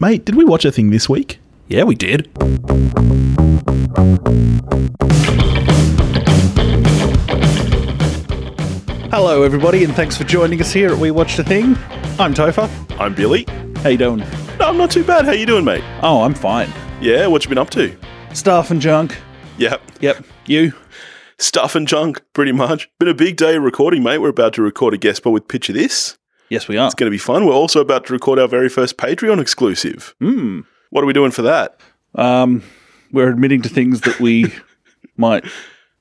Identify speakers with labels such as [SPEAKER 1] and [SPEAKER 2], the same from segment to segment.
[SPEAKER 1] Mate, did we watch a thing this week?
[SPEAKER 2] Yeah, we did.
[SPEAKER 1] Hello, everybody, and thanks for joining us here at We Watched a Thing. I'm Topher.
[SPEAKER 2] I'm Billy.
[SPEAKER 1] How you doing?
[SPEAKER 2] No, I'm not too bad. How you doing, mate?
[SPEAKER 1] Oh, I'm fine.
[SPEAKER 2] Yeah, what you been up to?
[SPEAKER 1] Stuff and junk.
[SPEAKER 2] Yep.
[SPEAKER 1] Yep. You?
[SPEAKER 2] Stuff and junk, pretty much. Been a big day of recording, mate. We're about to record a guest spot with Picture This.
[SPEAKER 1] Yes, we are.
[SPEAKER 2] It's going to be fun. We're also about to record our very first Patreon exclusive.
[SPEAKER 1] Hmm.
[SPEAKER 2] What are we doing for that?
[SPEAKER 1] Um, we're admitting to things that we might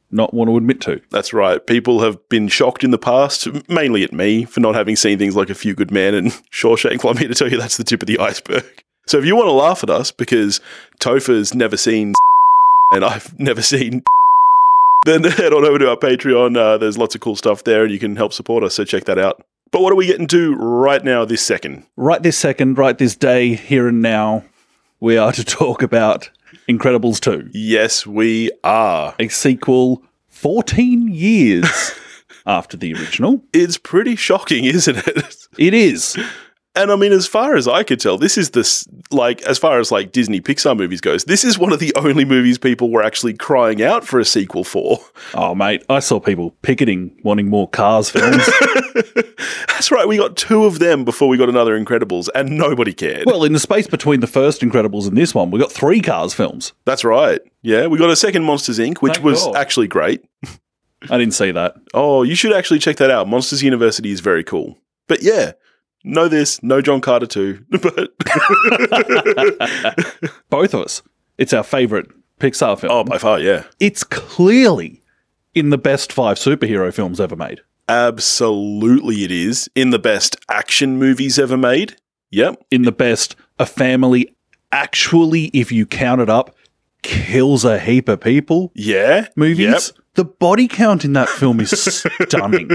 [SPEAKER 1] not want to admit to.
[SPEAKER 2] That's right. People have been shocked in the past, mainly at me, for not having seen things like A Few Good Men and Shawshank. Well, I'm here to tell you that's the tip of the iceberg. So if you want to laugh at us because Topher's never seen and I've never seen, then head on over to our Patreon. Uh, there's lots of cool stuff there and you can help support us. So check that out. But what are we getting to right now, this second?
[SPEAKER 1] Right this second, right this day, here and now, we are to talk about Incredibles 2,
[SPEAKER 2] Yes, we are.
[SPEAKER 1] a sequel 14 years after the original.
[SPEAKER 2] It's pretty shocking, isn't it?
[SPEAKER 1] It is.
[SPEAKER 2] And I mean, as far as I could tell, this is this like as far as like Disney Pixar movies goes, this is one of the only movies people were actually crying out for a sequel for.
[SPEAKER 1] Oh, mate, I saw people picketing, wanting more Cars films.
[SPEAKER 2] That's right, we got two of them before we got another Incredibles, and nobody cared.
[SPEAKER 1] well, in the space between the first Incredibles and this one, we got three Cars films.
[SPEAKER 2] That's right. Yeah, we got a second Monsters Inc., which
[SPEAKER 1] Thank
[SPEAKER 2] was
[SPEAKER 1] God.
[SPEAKER 2] actually great.
[SPEAKER 1] I didn't see that.
[SPEAKER 2] Oh, you should actually check that out. Monsters University is very cool. But yeah, no this, no John Carter too. But
[SPEAKER 1] Both of us. It's our favourite Pixar film.
[SPEAKER 2] oh, by far, yeah.
[SPEAKER 1] It's clearly in the best five superhero films ever made.
[SPEAKER 2] Absolutely, it is in the best action movies ever made. Yep.
[SPEAKER 1] In the best, a family actually, if you count it up, kills a heap of people
[SPEAKER 2] Yeah.
[SPEAKER 1] movies.
[SPEAKER 2] Yep.
[SPEAKER 1] The body count in that film is stunning.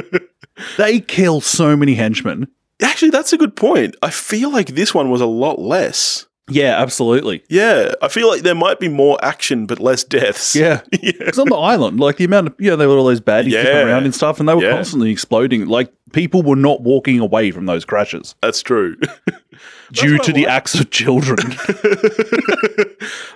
[SPEAKER 1] they kill so many henchmen.
[SPEAKER 2] Actually, that's a good point. I feel like this one was a lot less.
[SPEAKER 1] Yeah, absolutely.
[SPEAKER 2] Yeah, I feel like there might be more action but less deaths.
[SPEAKER 1] Yeah. It's on the island. Like the amount of, you know, they were all those baddies
[SPEAKER 2] Yeah.
[SPEAKER 1] kicking around and stuff, and they were
[SPEAKER 2] Yeah.
[SPEAKER 1] constantly exploding. Like people were not walking away from those crashes
[SPEAKER 2] that's true.
[SPEAKER 1] due
[SPEAKER 2] what I
[SPEAKER 1] to the acts of children.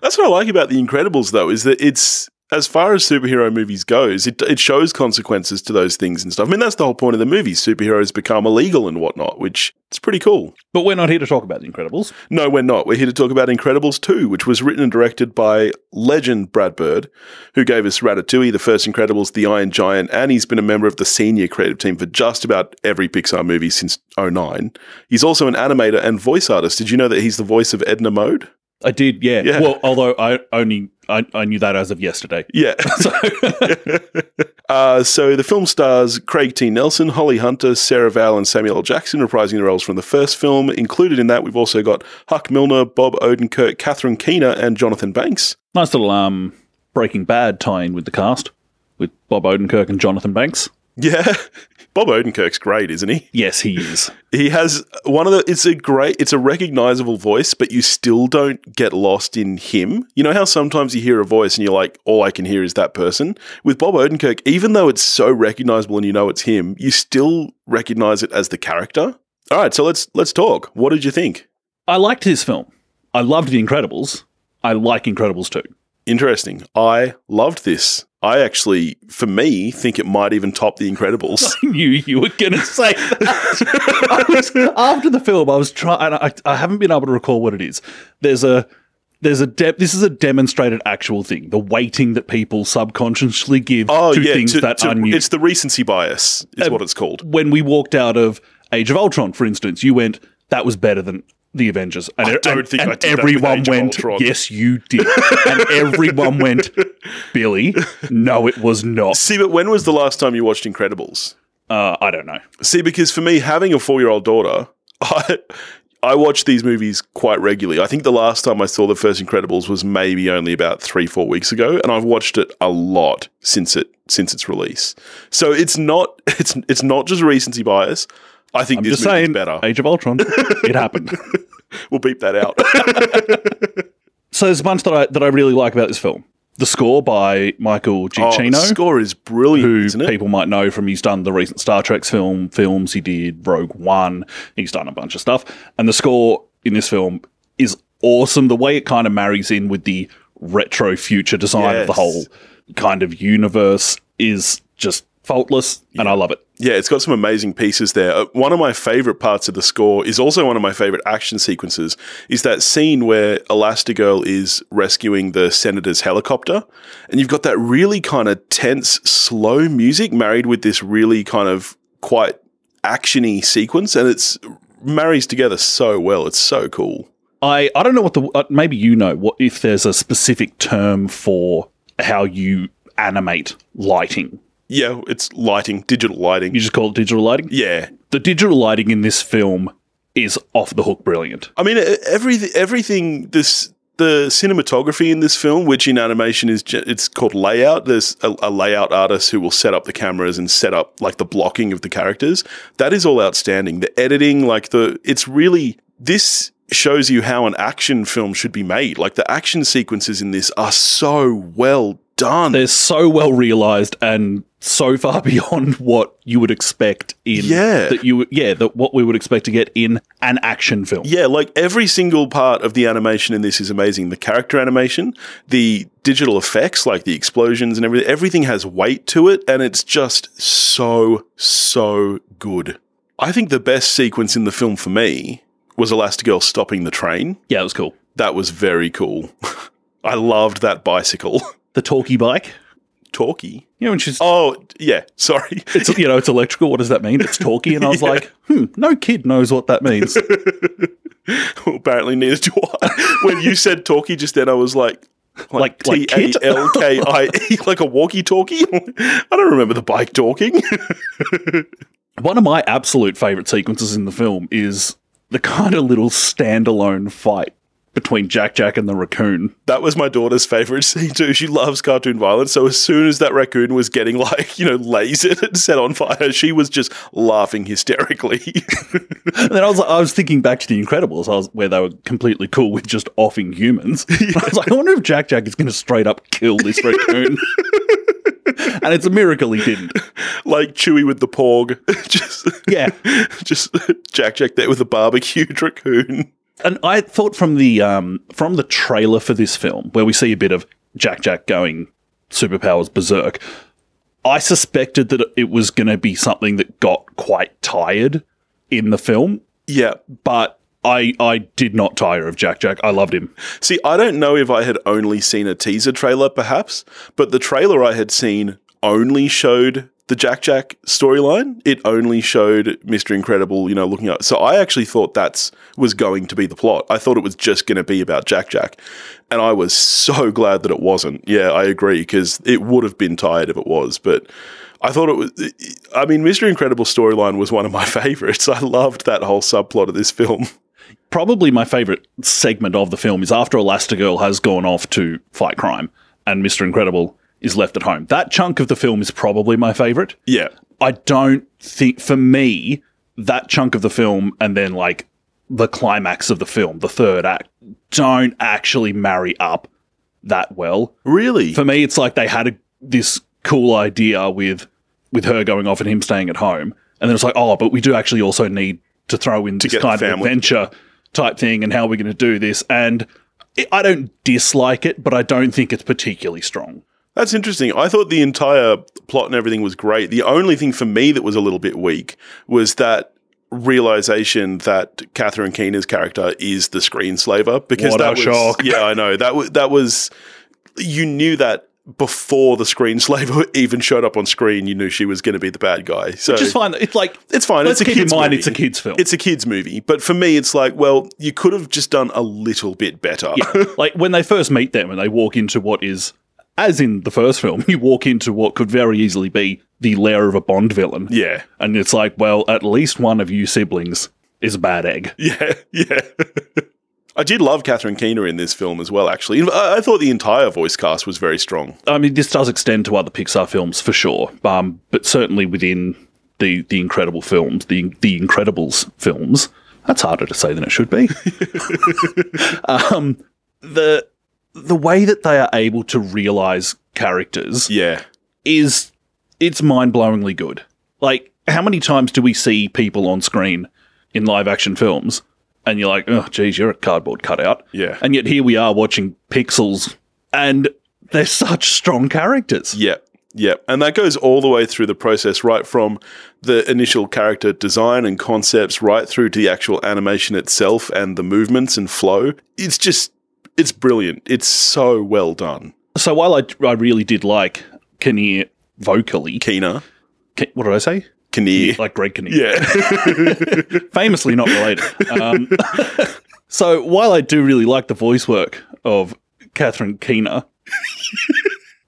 [SPEAKER 2] that's what I like about The Incredibles, though, is that it's as far as superhero movies goes, it, it shows consequences to those things and stuff. I mean, that's the whole point of the movie. Superheroes become illegal and whatnot, which it's pretty cool.
[SPEAKER 1] but we're not here to talk about The Incredibles.
[SPEAKER 2] No, we're not. We're here to talk about Incredibles 2, which was written and directed by legend Brad Bird, who gave us Ratatouille, The First Incredibles, The Iron Giant, and he's been a member of the senior creative team for just about every Pixar movie since 09. He's also an animator and voice artist. Did you know that he's the voice of Edna Mode?
[SPEAKER 1] I did, yeah.
[SPEAKER 2] Yeah.
[SPEAKER 1] Well, although I only I, I knew that as of yesterday.
[SPEAKER 2] Yeah.
[SPEAKER 1] So
[SPEAKER 2] Uh, so the film stars Craig T. Nelson, Holly Hunter, Sarah Vowell, and Samuel L. Jackson reprising the roles from the first film. Included in that, we've also got Huck Milner, Bob Odenkirk, Catherine Keener, and Jonathan Banks.
[SPEAKER 1] nice little um Breaking Bad tie in with the cast with Bob Odenkirk and Jonathan Banks.
[SPEAKER 2] Yeah. Bob Odenkirk's great, isn't he?
[SPEAKER 1] Yes, he is.
[SPEAKER 2] He has one of the it's a great it's a recognizable voice, but you still don't get lost in him. You know how sometimes you hear a voice and you're like, all I can hear is that person? With Bob Odenkirk, even though it's so recognizable and you know it's him, you still recognize it as the character. All right, so let's let's talk. What did you think?
[SPEAKER 1] I liked this film. I loved The Incredibles. I like Incredibles too.
[SPEAKER 2] Interesting. I loved this. I actually, for me, think it might even top The Incredibles.
[SPEAKER 1] knew you were going to say that. I was, after the film, I was trying. I, I haven't been able to recall what it is. There's a there's a de- this is a demonstrated actual thing. The weighting that people subconsciously give
[SPEAKER 2] Oh,
[SPEAKER 1] to
[SPEAKER 2] yeah.
[SPEAKER 1] things
[SPEAKER 2] to-
[SPEAKER 1] that
[SPEAKER 2] to-
[SPEAKER 1] are new. Um,
[SPEAKER 2] it's the recency bias, is what it's called.
[SPEAKER 1] When we walked out of Age of Ultron, for instance, you went that was better than the Avengers. And, I
[SPEAKER 2] don't
[SPEAKER 1] and,
[SPEAKER 2] think I
[SPEAKER 1] and
[SPEAKER 2] did that with
[SPEAKER 1] everyone
[SPEAKER 2] Age of
[SPEAKER 1] went.
[SPEAKER 2] Ultron.
[SPEAKER 1] Yes, you did. and everyone went. Billy, no, it was not.
[SPEAKER 2] See, but when was the last time you watched Incredibles?
[SPEAKER 1] Uh, I don't know.
[SPEAKER 2] See, because for me, having a four-year-old daughter, I I watch these movies quite regularly. I think the last time I saw the first Incredibles was maybe only about three, four weeks ago, and I've watched it a lot since it since its release. So it's not it's it's not just recency bias. I think this
[SPEAKER 1] Just
[SPEAKER 2] movie's
[SPEAKER 1] saying,
[SPEAKER 2] better.
[SPEAKER 1] Age of Ultron. it happened.
[SPEAKER 2] we'll beep that out.
[SPEAKER 1] So there's a bunch that I that I really like about this film. The score by Michael
[SPEAKER 2] Oh, the
[SPEAKER 1] Giacchino,
[SPEAKER 2] score is brilliant,
[SPEAKER 1] who
[SPEAKER 2] isn't it?
[SPEAKER 1] people might know from he's done the recent Star Trek film films. He did Rogue One. He's done a bunch of stuff, and the score in this film is awesome. The way it kind of marries in with the retro future design of the
[SPEAKER 2] Yes.
[SPEAKER 1] whole kind of universe is just faultless, and I love it.
[SPEAKER 2] Yeah, it's got some amazing pieces there. Uh, one of my favorite parts of the score is also one of my favorite action sequences is that scene where Elastigirl is rescuing the senator's helicopter and you've got that really kind of tense slow music married with this really kind of quite actiony sequence and it's marries together so well. It's so cool.
[SPEAKER 1] I, I don't know what the uh, maybe you know what if there's a specific term for how you animate lighting.
[SPEAKER 2] Yeah, it's lighting, digital lighting.
[SPEAKER 1] You just call it digital lighting.
[SPEAKER 2] Yeah.
[SPEAKER 1] The digital lighting in this film is off the hook brilliant.
[SPEAKER 2] I mean, e- every everything this the cinematography in this film, which in animation is ju- it's called layout. There's a, a layout artist who will set up the cameras and set up like the blocking of the characters. That is all outstanding. The editing, like the it's really this shows you how an action film should be made. Like the action sequences in this are so well done.
[SPEAKER 1] They're so well realized and so far beyond what you would expect in
[SPEAKER 2] Yeah.
[SPEAKER 1] that you yeah that what we would expect to get in an action film.
[SPEAKER 2] Yeah, like every single part of the animation in this is amazing. The character animation, the digital effects, like the explosions and everything, everything has weight to it, and it's just so, so good. I think the best sequence in the film for me was Elastigirl stopping the train.
[SPEAKER 1] yeah, it was cool.
[SPEAKER 2] That was very cool. I loved that bicycle.
[SPEAKER 1] The talkie bike.
[SPEAKER 2] Talkie.
[SPEAKER 1] You know, and she's
[SPEAKER 2] Oh, yeah, sorry.
[SPEAKER 1] it's you know it's electrical. What does that mean? It's talkie. And I was like, hmm, no kid knows what that means.
[SPEAKER 2] Apparently, neither do I. When you said talkie just then, I was like, like
[SPEAKER 1] Like- like
[SPEAKER 2] T A
[SPEAKER 1] kid?
[SPEAKER 2] L K I E, like a walkie talkie. I don't remember the bike talking.
[SPEAKER 1] One of my absolute favorite sequences in the film is the kind of little standalone fight between Jack Jack and the raccoon.
[SPEAKER 2] that was my daughter's favorite scene too. She loves cartoon violence. So as soon as that raccoon was getting like you know lasered and set on fire, she was just laughing hysterically.
[SPEAKER 1] And then I was I was thinking back to the Incredibles, I was where they were completely cool with just offing humans. I was like, I wonder if Jack Jack is going to straight up kill this raccoon. and it's a miracle he didn't.
[SPEAKER 2] like Chewy with the porg, just
[SPEAKER 1] Yeah,
[SPEAKER 2] just Jack Jack there with the barbecued raccoon.
[SPEAKER 1] and I thought from the um, from the trailer for this film, where we see a bit of Jack Jack going superpowers berserk, I suspected that it was going to be something that got quite tired in the film,
[SPEAKER 2] Yeah,
[SPEAKER 1] but I I did not tire of Jack Jack. I loved him.
[SPEAKER 2] See, I don't know if I had only seen a teaser trailer, perhaps, but the trailer I had seen only showed the Jack Jack storyline. It only showed Mr. Incredible, you know, looking up. So I actually thought that's was going to be the plot. I thought it was just going to be about Jack Jack, and I was so glad that it wasn't. Yeah, I agree because it would have been tired if it was, but. I thought it was. I mean, Mr. Incredible storyline was one of my favorites. I loved that whole subplot of this film.
[SPEAKER 1] probably my favorite segment of the film is after Elastigirl has gone off to fight crime and Mr. Incredible is left at home. That chunk of the film is probably my favorite.
[SPEAKER 2] Yeah,
[SPEAKER 1] I don't think, for me, that chunk of the film and then like the climax of the film, the third act, don't actually marry up that well
[SPEAKER 2] really.
[SPEAKER 1] for me, it's like they had a, this cool idea with with her going off and him staying at home, and then it's like, oh, but we do actually also need to throw in this
[SPEAKER 2] get the
[SPEAKER 1] kind of
[SPEAKER 2] family.
[SPEAKER 1] adventure type thing, and how are we going to do this? And it, I don't dislike it, but I don't think it's particularly strong.
[SPEAKER 2] That's interesting. I thought the entire plot and everything was great. The only thing for me that was a little bit weak was that realization that Catherine Keener's character is the screenslaver because
[SPEAKER 1] What a
[SPEAKER 2] that was
[SPEAKER 1] shock.
[SPEAKER 2] yeah, I know. That was that was you knew that before the screenslaver even showed up on screen, you knew she was going to be the bad guy. So
[SPEAKER 1] Just fine. It's like
[SPEAKER 2] it's fine.
[SPEAKER 1] let's
[SPEAKER 2] it's a
[SPEAKER 1] keep in
[SPEAKER 2] kids
[SPEAKER 1] mind
[SPEAKER 2] movie.
[SPEAKER 1] it's a kids film.
[SPEAKER 2] It's a kids movie, but for me, it's like, well, you could have just done a little bit better.
[SPEAKER 1] like when they first meet them and they walk into what is, as in the first film, you walk into what could very easily be the lair of a Bond villain.
[SPEAKER 2] yeah,
[SPEAKER 1] And it's like, well, at least one of you siblings is a bad egg.
[SPEAKER 2] Yeah, yeah. I did love Catherine Keener in this film as well, actually. I, I thought the entire voice cast was very strong.
[SPEAKER 1] I mean, this does extend to other Pixar films for sure, um, but certainly within the the Incredible films, the the Incredibles films. That's harder to say than it should be. um, the the way that they are able to realize characters
[SPEAKER 2] Yeah.
[SPEAKER 1] is it's mind blowingly good. Like, how many times do we see people on screen in live action films and you're like, oh, geez, you're a cardboard cutout.
[SPEAKER 2] Yeah.
[SPEAKER 1] And yet here we are watching Pixels, and they're such strong characters.
[SPEAKER 2] Yeah. Yeah. And that goes all the way through the process, right from the initial character design and concepts, right through to the actual animation itself and the movements and flow. It's just, it's brilliant. It's so well done.
[SPEAKER 1] So while I, I really did like Kinnear vocally,
[SPEAKER 2] Kina,
[SPEAKER 1] Ki- what did I say?
[SPEAKER 2] Kinnear.
[SPEAKER 1] Like Greg Kinnear.
[SPEAKER 2] Yeah.
[SPEAKER 1] famously not related. Um, so while I do really like the voice work of Catherine Keener,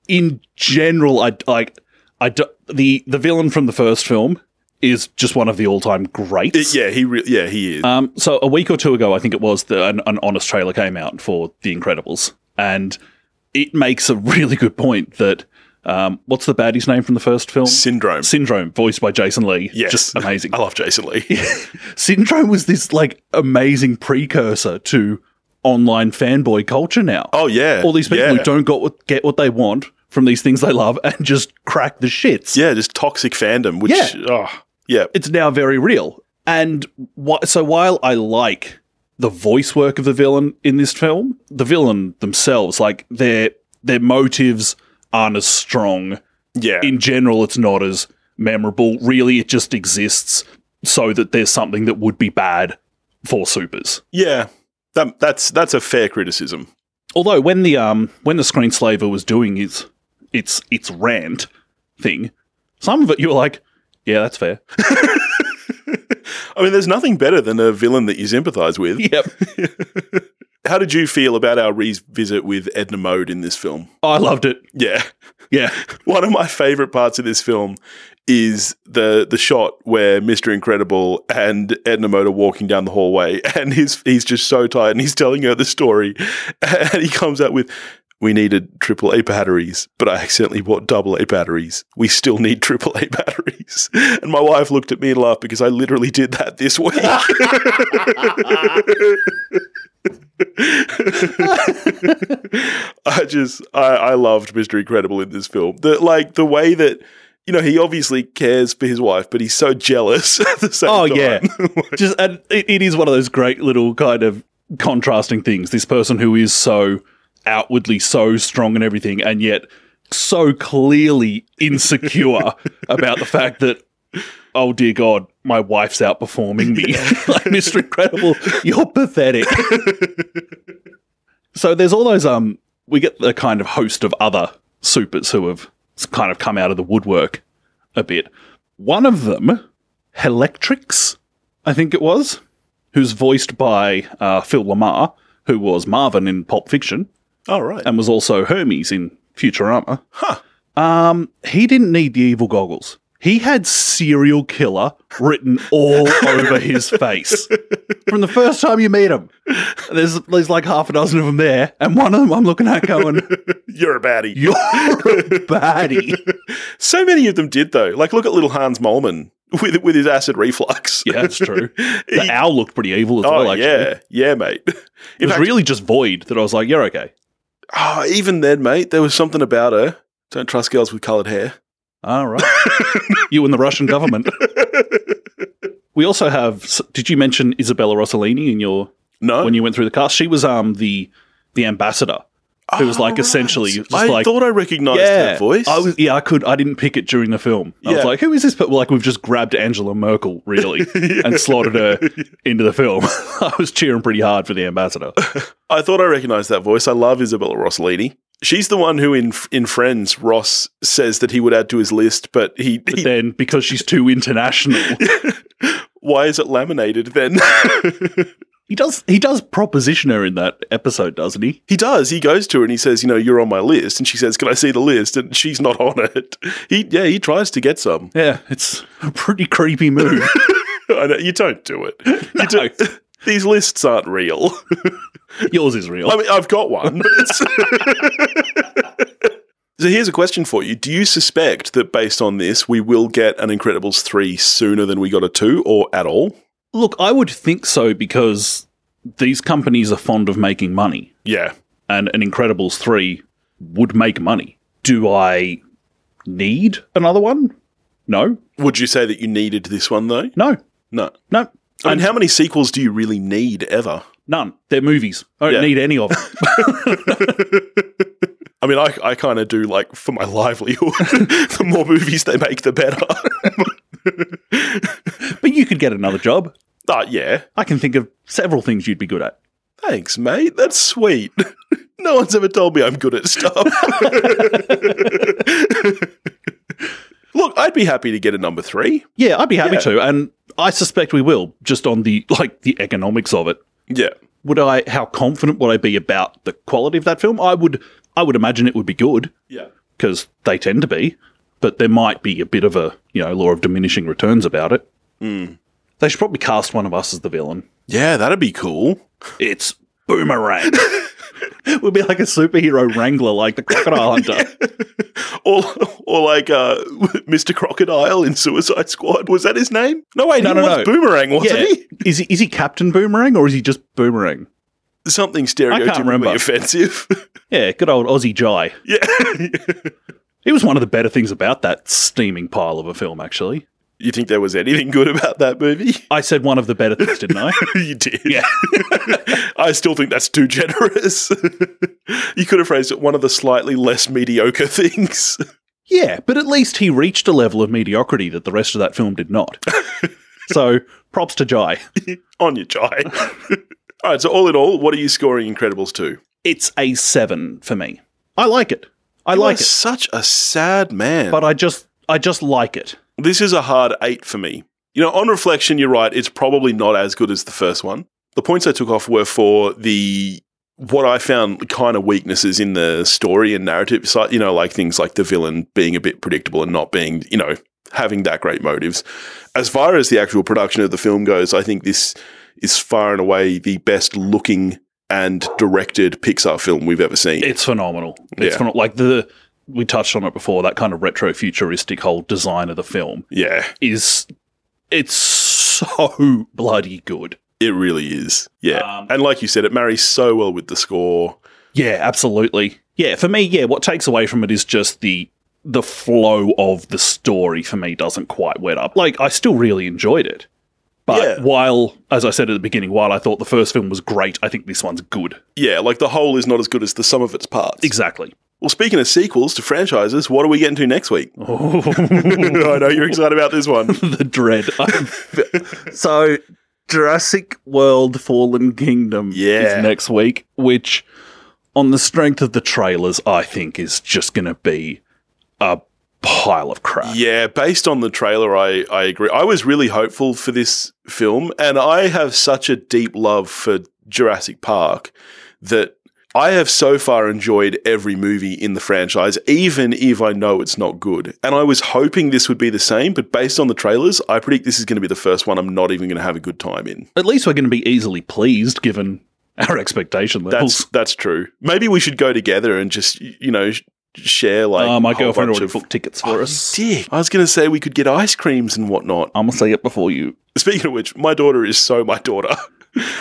[SPEAKER 1] in general, I like I do, the the villain from the first film is just one of the all time greats.
[SPEAKER 2] yeah. He re- yeah, he is.
[SPEAKER 1] Um, so a week or two ago, I think it was, the, an, an honest trailer came out for The Incredibles, and it makes a really good point that um, what's the baddie's name from the first film?
[SPEAKER 2] Syndrome.
[SPEAKER 1] Syndrome, voiced by Jason Lee.
[SPEAKER 2] Yes.
[SPEAKER 1] just amazing.
[SPEAKER 2] I love Jason Lee.
[SPEAKER 1] Syndrome was this like amazing precursor to online fanboy culture now.
[SPEAKER 2] oh, yeah.
[SPEAKER 1] All these people
[SPEAKER 2] yeah.
[SPEAKER 1] who don't got what, get what they want from these things they love and just crack the shits.
[SPEAKER 2] Yeah, just toxic fandom, which,
[SPEAKER 1] Yeah.
[SPEAKER 2] oh, yeah.
[SPEAKER 1] It's now very real. And wh- so while I like the voice work of the villain in this film, the villain themselves, like their their motives aren't as strong.
[SPEAKER 2] Yeah.
[SPEAKER 1] In general, it's not as memorable. Really, it just exists so that there's something that would be bad for supers.
[SPEAKER 2] yeah. That, that's, that's a fair criticism.
[SPEAKER 1] although when the um when the screenslaver was doing his its its rant thing, some of it you were like, yeah, that's fair.
[SPEAKER 2] I mean, there's nothing better than a villain that you sympathize with.
[SPEAKER 1] Yep.
[SPEAKER 2] How did you feel about our revisit with Edna Mode in this film?
[SPEAKER 1] I loved it.
[SPEAKER 2] Yeah.
[SPEAKER 1] Yeah.
[SPEAKER 2] One of my favorite parts of this film is the the shot where Mr. Incredible and Edna Mode are walking down the hallway and he's he's just so tired and he's telling her the story and he comes out with we needed triple A batteries, but I accidentally bought double A batteries. We still need triple A batteries. And my wife looked at me and laughed because I literally did that this week. I just I, I loved Mr. Incredible in this film. The like the way that you know he obviously cares for his wife, but he's so jealous at the same
[SPEAKER 1] Oh
[SPEAKER 2] time.
[SPEAKER 1] yeah. Just and it, it is one of those great little kind of contrasting things. This person who is so outwardly so strong and everything, and yet so clearly insecure about the fact that oh dear god my wife's outperforming me like mr incredible you're pathetic so there's all those um we get the kind of host of other supers who have s- kind of come out of the woodwork a bit one of them Helectrix, i think it was who's voiced by uh, phil lamar who was marvin in pulp fiction
[SPEAKER 2] All right.
[SPEAKER 1] and was also hermes in futurama um he didn't need the evil goggles he had serial killer written all over his face from the first time you meet him. There's there's like half a dozen of them there, and one of them I'm looking at going,
[SPEAKER 2] You're a baddie.
[SPEAKER 1] "You're a baddie."
[SPEAKER 2] so many of them did though. Like look at little Hans Molman with with his acid reflux.
[SPEAKER 1] Yeah, that's true. The
[SPEAKER 2] He-
[SPEAKER 1] owl looked pretty evil as
[SPEAKER 2] Oh
[SPEAKER 1] well. Actually,
[SPEAKER 2] yeah, yeah, mate.
[SPEAKER 1] it
[SPEAKER 2] In
[SPEAKER 1] was
[SPEAKER 2] fact,
[SPEAKER 1] really just void that I was like, "You're okay."
[SPEAKER 2] oh, even then, mate, there was something about her. Don't trust girls with coloured hair.
[SPEAKER 1] All right, you and the Russian government. We also have. s- Did you mention Isabella Rossellini in your
[SPEAKER 2] No,
[SPEAKER 1] when you went through the cast? She was um the the ambassador who was like
[SPEAKER 2] All Oh, right.
[SPEAKER 1] essentially just
[SPEAKER 2] I
[SPEAKER 1] like
[SPEAKER 2] thought I recognised Oh, that voice.
[SPEAKER 1] I was yeah, I could I didn't pick it during the film. I
[SPEAKER 2] Yeah.
[SPEAKER 1] was like, who is this? But like we've just grabbed Angela Merkel really and slotted her into the film. I was cheering pretty hard for the ambassador.
[SPEAKER 2] I thought I recognized that voice. I love Isabella Rossellini. She's the one who in in Friends Ross says that he would add to his list, but he,
[SPEAKER 1] But
[SPEAKER 2] he-
[SPEAKER 1] then because she's too international,
[SPEAKER 2] why is it laminated then?
[SPEAKER 1] he does he does proposition her in that episode, doesn't he?
[SPEAKER 2] he does. He goes to her and he says, "You know, you're on my list." And she says, "Can I see the list?" And she's not on it. He yeah, he tries to get some.
[SPEAKER 1] Yeah, it's a pretty creepy move.
[SPEAKER 2] I know, you don't do it. You
[SPEAKER 1] No.
[SPEAKER 2] don't- these lists aren't real.
[SPEAKER 1] Yours is real.
[SPEAKER 2] I mean, I've got one. But it's so here's a question for you: Do you suspect that based on this, we will get an Incredibles three sooner than we got a two, or at all?
[SPEAKER 1] Look, I would think so because these companies are fond of making money.
[SPEAKER 2] Yeah,
[SPEAKER 1] and an Incredibles 3 would make money. Do I need another one? No,
[SPEAKER 2] Would you say that you needed this one though?
[SPEAKER 1] no,
[SPEAKER 2] No.
[SPEAKER 1] no.
[SPEAKER 2] I mean, how many sequels do you really need ever?
[SPEAKER 1] None. They're movies. I don't
[SPEAKER 2] Yeah.
[SPEAKER 1] need any of them.
[SPEAKER 2] I mean, I, I kind of do like for my livelihood. the more movies they make, the better.
[SPEAKER 1] but you could get another job.
[SPEAKER 2] but yeah,
[SPEAKER 1] I can think of several things you'd be good at.
[SPEAKER 2] thanks, mate. That's sweet. no one's ever told me I'm good at stuff. Look, I'd be happy to get a number three.
[SPEAKER 1] Yeah, I'd be happy
[SPEAKER 2] Yeah.
[SPEAKER 1] to, and I suspect we will, just on the like the economics of it.
[SPEAKER 2] Yeah.
[SPEAKER 1] Would I how confident would I be about the quality of that film? I would I would imagine it would be good
[SPEAKER 2] Yeah.
[SPEAKER 1] because they tend to be, but there might be a bit of a, you know, law of diminishing returns about it. They should probably cast one of us as the villain.
[SPEAKER 2] Yeah, that'd be cool.
[SPEAKER 1] It's Boomerang. We'll be like a superhero wrangler, like the crocodile hunter.
[SPEAKER 2] Or, or like uh, Mr. Crocodile in Suicide Squad. Was that his name? No, wait,
[SPEAKER 1] No,
[SPEAKER 2] he
[SPEAKER 1] no,
[SPEAKER 2] was
[SPEAKER 1] no.
[SPEAKER 2] Boomerang, wasn't he?
[SPEAKER 1] Is he is he Captain Boomerang or is he just Boomerang?
[SPEAKER 2] Something
[SPEAKER 1] remember.
[SPEAKER 2] stereotypically offensive.
[SPEAKER 1] Yeah, good old Aussie Jai.
[SPEAKER 2] yeah.
[SPEAKER 1] It was one of the better things about that steaming pile of a film, actually.
[SPEAKER 2] you think there was anything good about that movie?
[SPEAKER 1] I said one of the better things, didn't I?
[SPEAKER 2] you did. Yeah. I still think that's too generous. you could have phrased it one of the slightly less mediocre things.
[SPEAKER 1] yeah, but at least he reached a level of mediocrity that the rest of that film did not. so props to Jai.
[SPEAKER 2] On your jai. all right, so all in all, what are you scoring Incredibles 2?
[SPEAKER 1] It's a seven for me. I like it. I like it.
[SPEAKER 2] such a sad man.
[SPEAKER 1] But I just I just like it.
[SPEAKER 2] This is a hard eight for me. You know, on reflection, you're right. It's probably not as good as the first one. The points I took off were for the what I found kind of weaknesses in the story and narrative side. You know, like things like the villain being a bit predictable and not being, you know, having that great motives. As far as the actual production of the film goes, I think this is far and away the best looking and directed Pixar film we've ever seen.
[SPEAKER 1] It's phenomenal. It's
[SPEAKER 2] Yeah.
[SPEAKER 1] phenom- like the we touched on it before, that kind of retro futuristic whole design of the film
[SPEAKER 2] yeah.
[SPEAKER 1] is it's so bloody good.
[SPEAKER 2] It really is. Yeah.
[SPEAKER 1] Um,
[SPEAKER 2] and like you said, it marries so well with the score.
[SPEAKER 1] Yeah, absolutely. Yeah, for me, yeah, what takes away from it is just the the flow of the story for me doesn't quite wet up. Like I still really enjoyed it. But
[SPEAKER 2] Yeah.
[SPEAKER 1] while as I said at the beginning, while I thought the first film was great, I think this one's good.
[SPEAKER 2] Yeah, like the whole is not as good as the sum of its parts.
[SPEAKER 1] Exactly.
[SPEAKER 2] well, speaking of sequels to franchises, what are we getting to next week?
[SPEAKER 1] the
[SPEAKER 2] I know you're excited about this one.
[SPEAKER 1] dread. so Jurassic World Fallen Kingdom
[SPEAKER 2] Yeah.
[SPEAKER 1] is next week, which on the strength of the trailers, I think is just gonna be a pile of crap.
[SPEAKER 2] Yeah, based on the trailer, I, I agree. I was really hopeful for this film, and I have such a deep love for Jurassic Park that I have so far enjoyed every movie in the franchise, even if I know it's not good. And I was hoping this would be the same, but based on the trailers, I predict this is going to be the first one I'm not even going to have a good time in.
[SPEAKER 1] at least we're going to be easily pleased given our expectation levels.
[SPEAKER 2] That's that's true. Maybe we should go together and just y- you know sh- share like.
[SPEAKER 1] uh, my
[SPEAKER 2] a whole
[SPEAKER 1] girlfriend
[SPEAKER 2] bunch
[SPEAKER 1] already
[SPEAKER 2] of-
[SPEAKER 1] booked tickets for us.
[SPEAKER 2] Dick. I was going to say we could get ice creams and whatnot.
[SPEAKER 1] I'm going to say it before you.
[SPEAKER 2] Speaking of which, my daughter is so my daughter.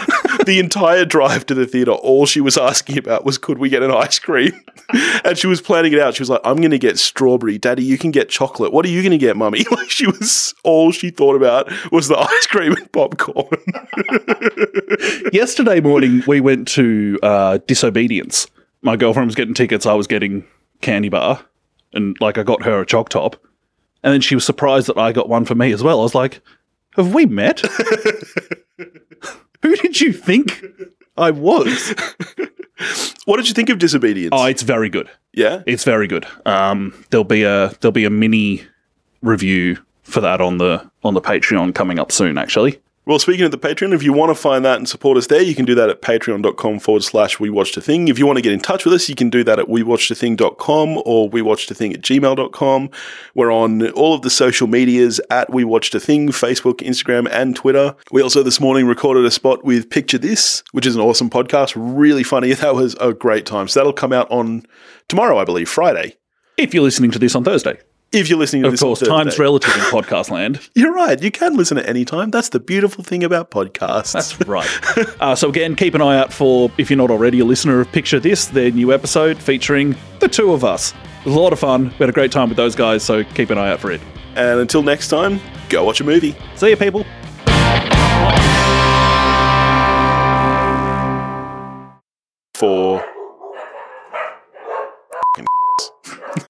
[SPEAKER 2] the entire drive to the theater, all she was asking about was, could we get an ice cream? and she was planning it out. She was like, I'm going to get strawberry. Daddy, you can get chocolate. What are you going to get, mummy? Like, she was, all she thought about was the ice cream and popcorn.
[SPEAKER 1] Yesterday morning, we went to uh, Disobedience. My girlfriend was getting tickets. I was getting candy bar. And like, I got her a choc top. And then she was surprised that I got one for me as well. I was like, have we met? Who did you think I was?
[SPEAKER 2] what did you think of disobedience?
[SPEAKER 1] Oh, it's very good.
[SPEAKER 2] yeah.
[SPEAKER 1] It's very good. Um, there'll be a there'll be a mini review for that on the on the Patreon coming up soon. Actually,
[SPEAKER 2] Well, speaking of the Patreon, if you want to find that and support us there, you can do that at patreon.com forward slash we watched a thing. If you want to get in touch with us, you can do that at we watched a thing.com or we watched a thing at gmail.com. We're on all of the social medias at we watched a thing, Facebook, Instagram, and Twitter. We also this morning recorded a spot with Picture This, which is an awesome podcast. Really funny. That was a great time. So that'll come out on tomorrow, I believe, Friday.
[SPEAKER 1] if you're listening to this on Thursday,
[SPEAKER 2] If you're listening to
[SPEAKER 1] of
[SPEAKER 2] this, on
[SPEAKER 1] course,
[SPEAKER 2] Thursday.
[SPEAKER 1] time's relative in podcast land.
[SPEAKER 2] You're right. You can listen at any time. That's the beautiful thing about podcasts.
[SPEAKER 1] That's right. Uh, so again, keep an eye out for if you're not already a listener of Picture This, their new episode featuring the two of us. It was a lot of fun. We had a great time with those guys. So keep an eye out for it.
[SPEAKER 2] And until next time, go watch a movie.
[SPEAKER 1] See you, people.
[SPEAKER 2] for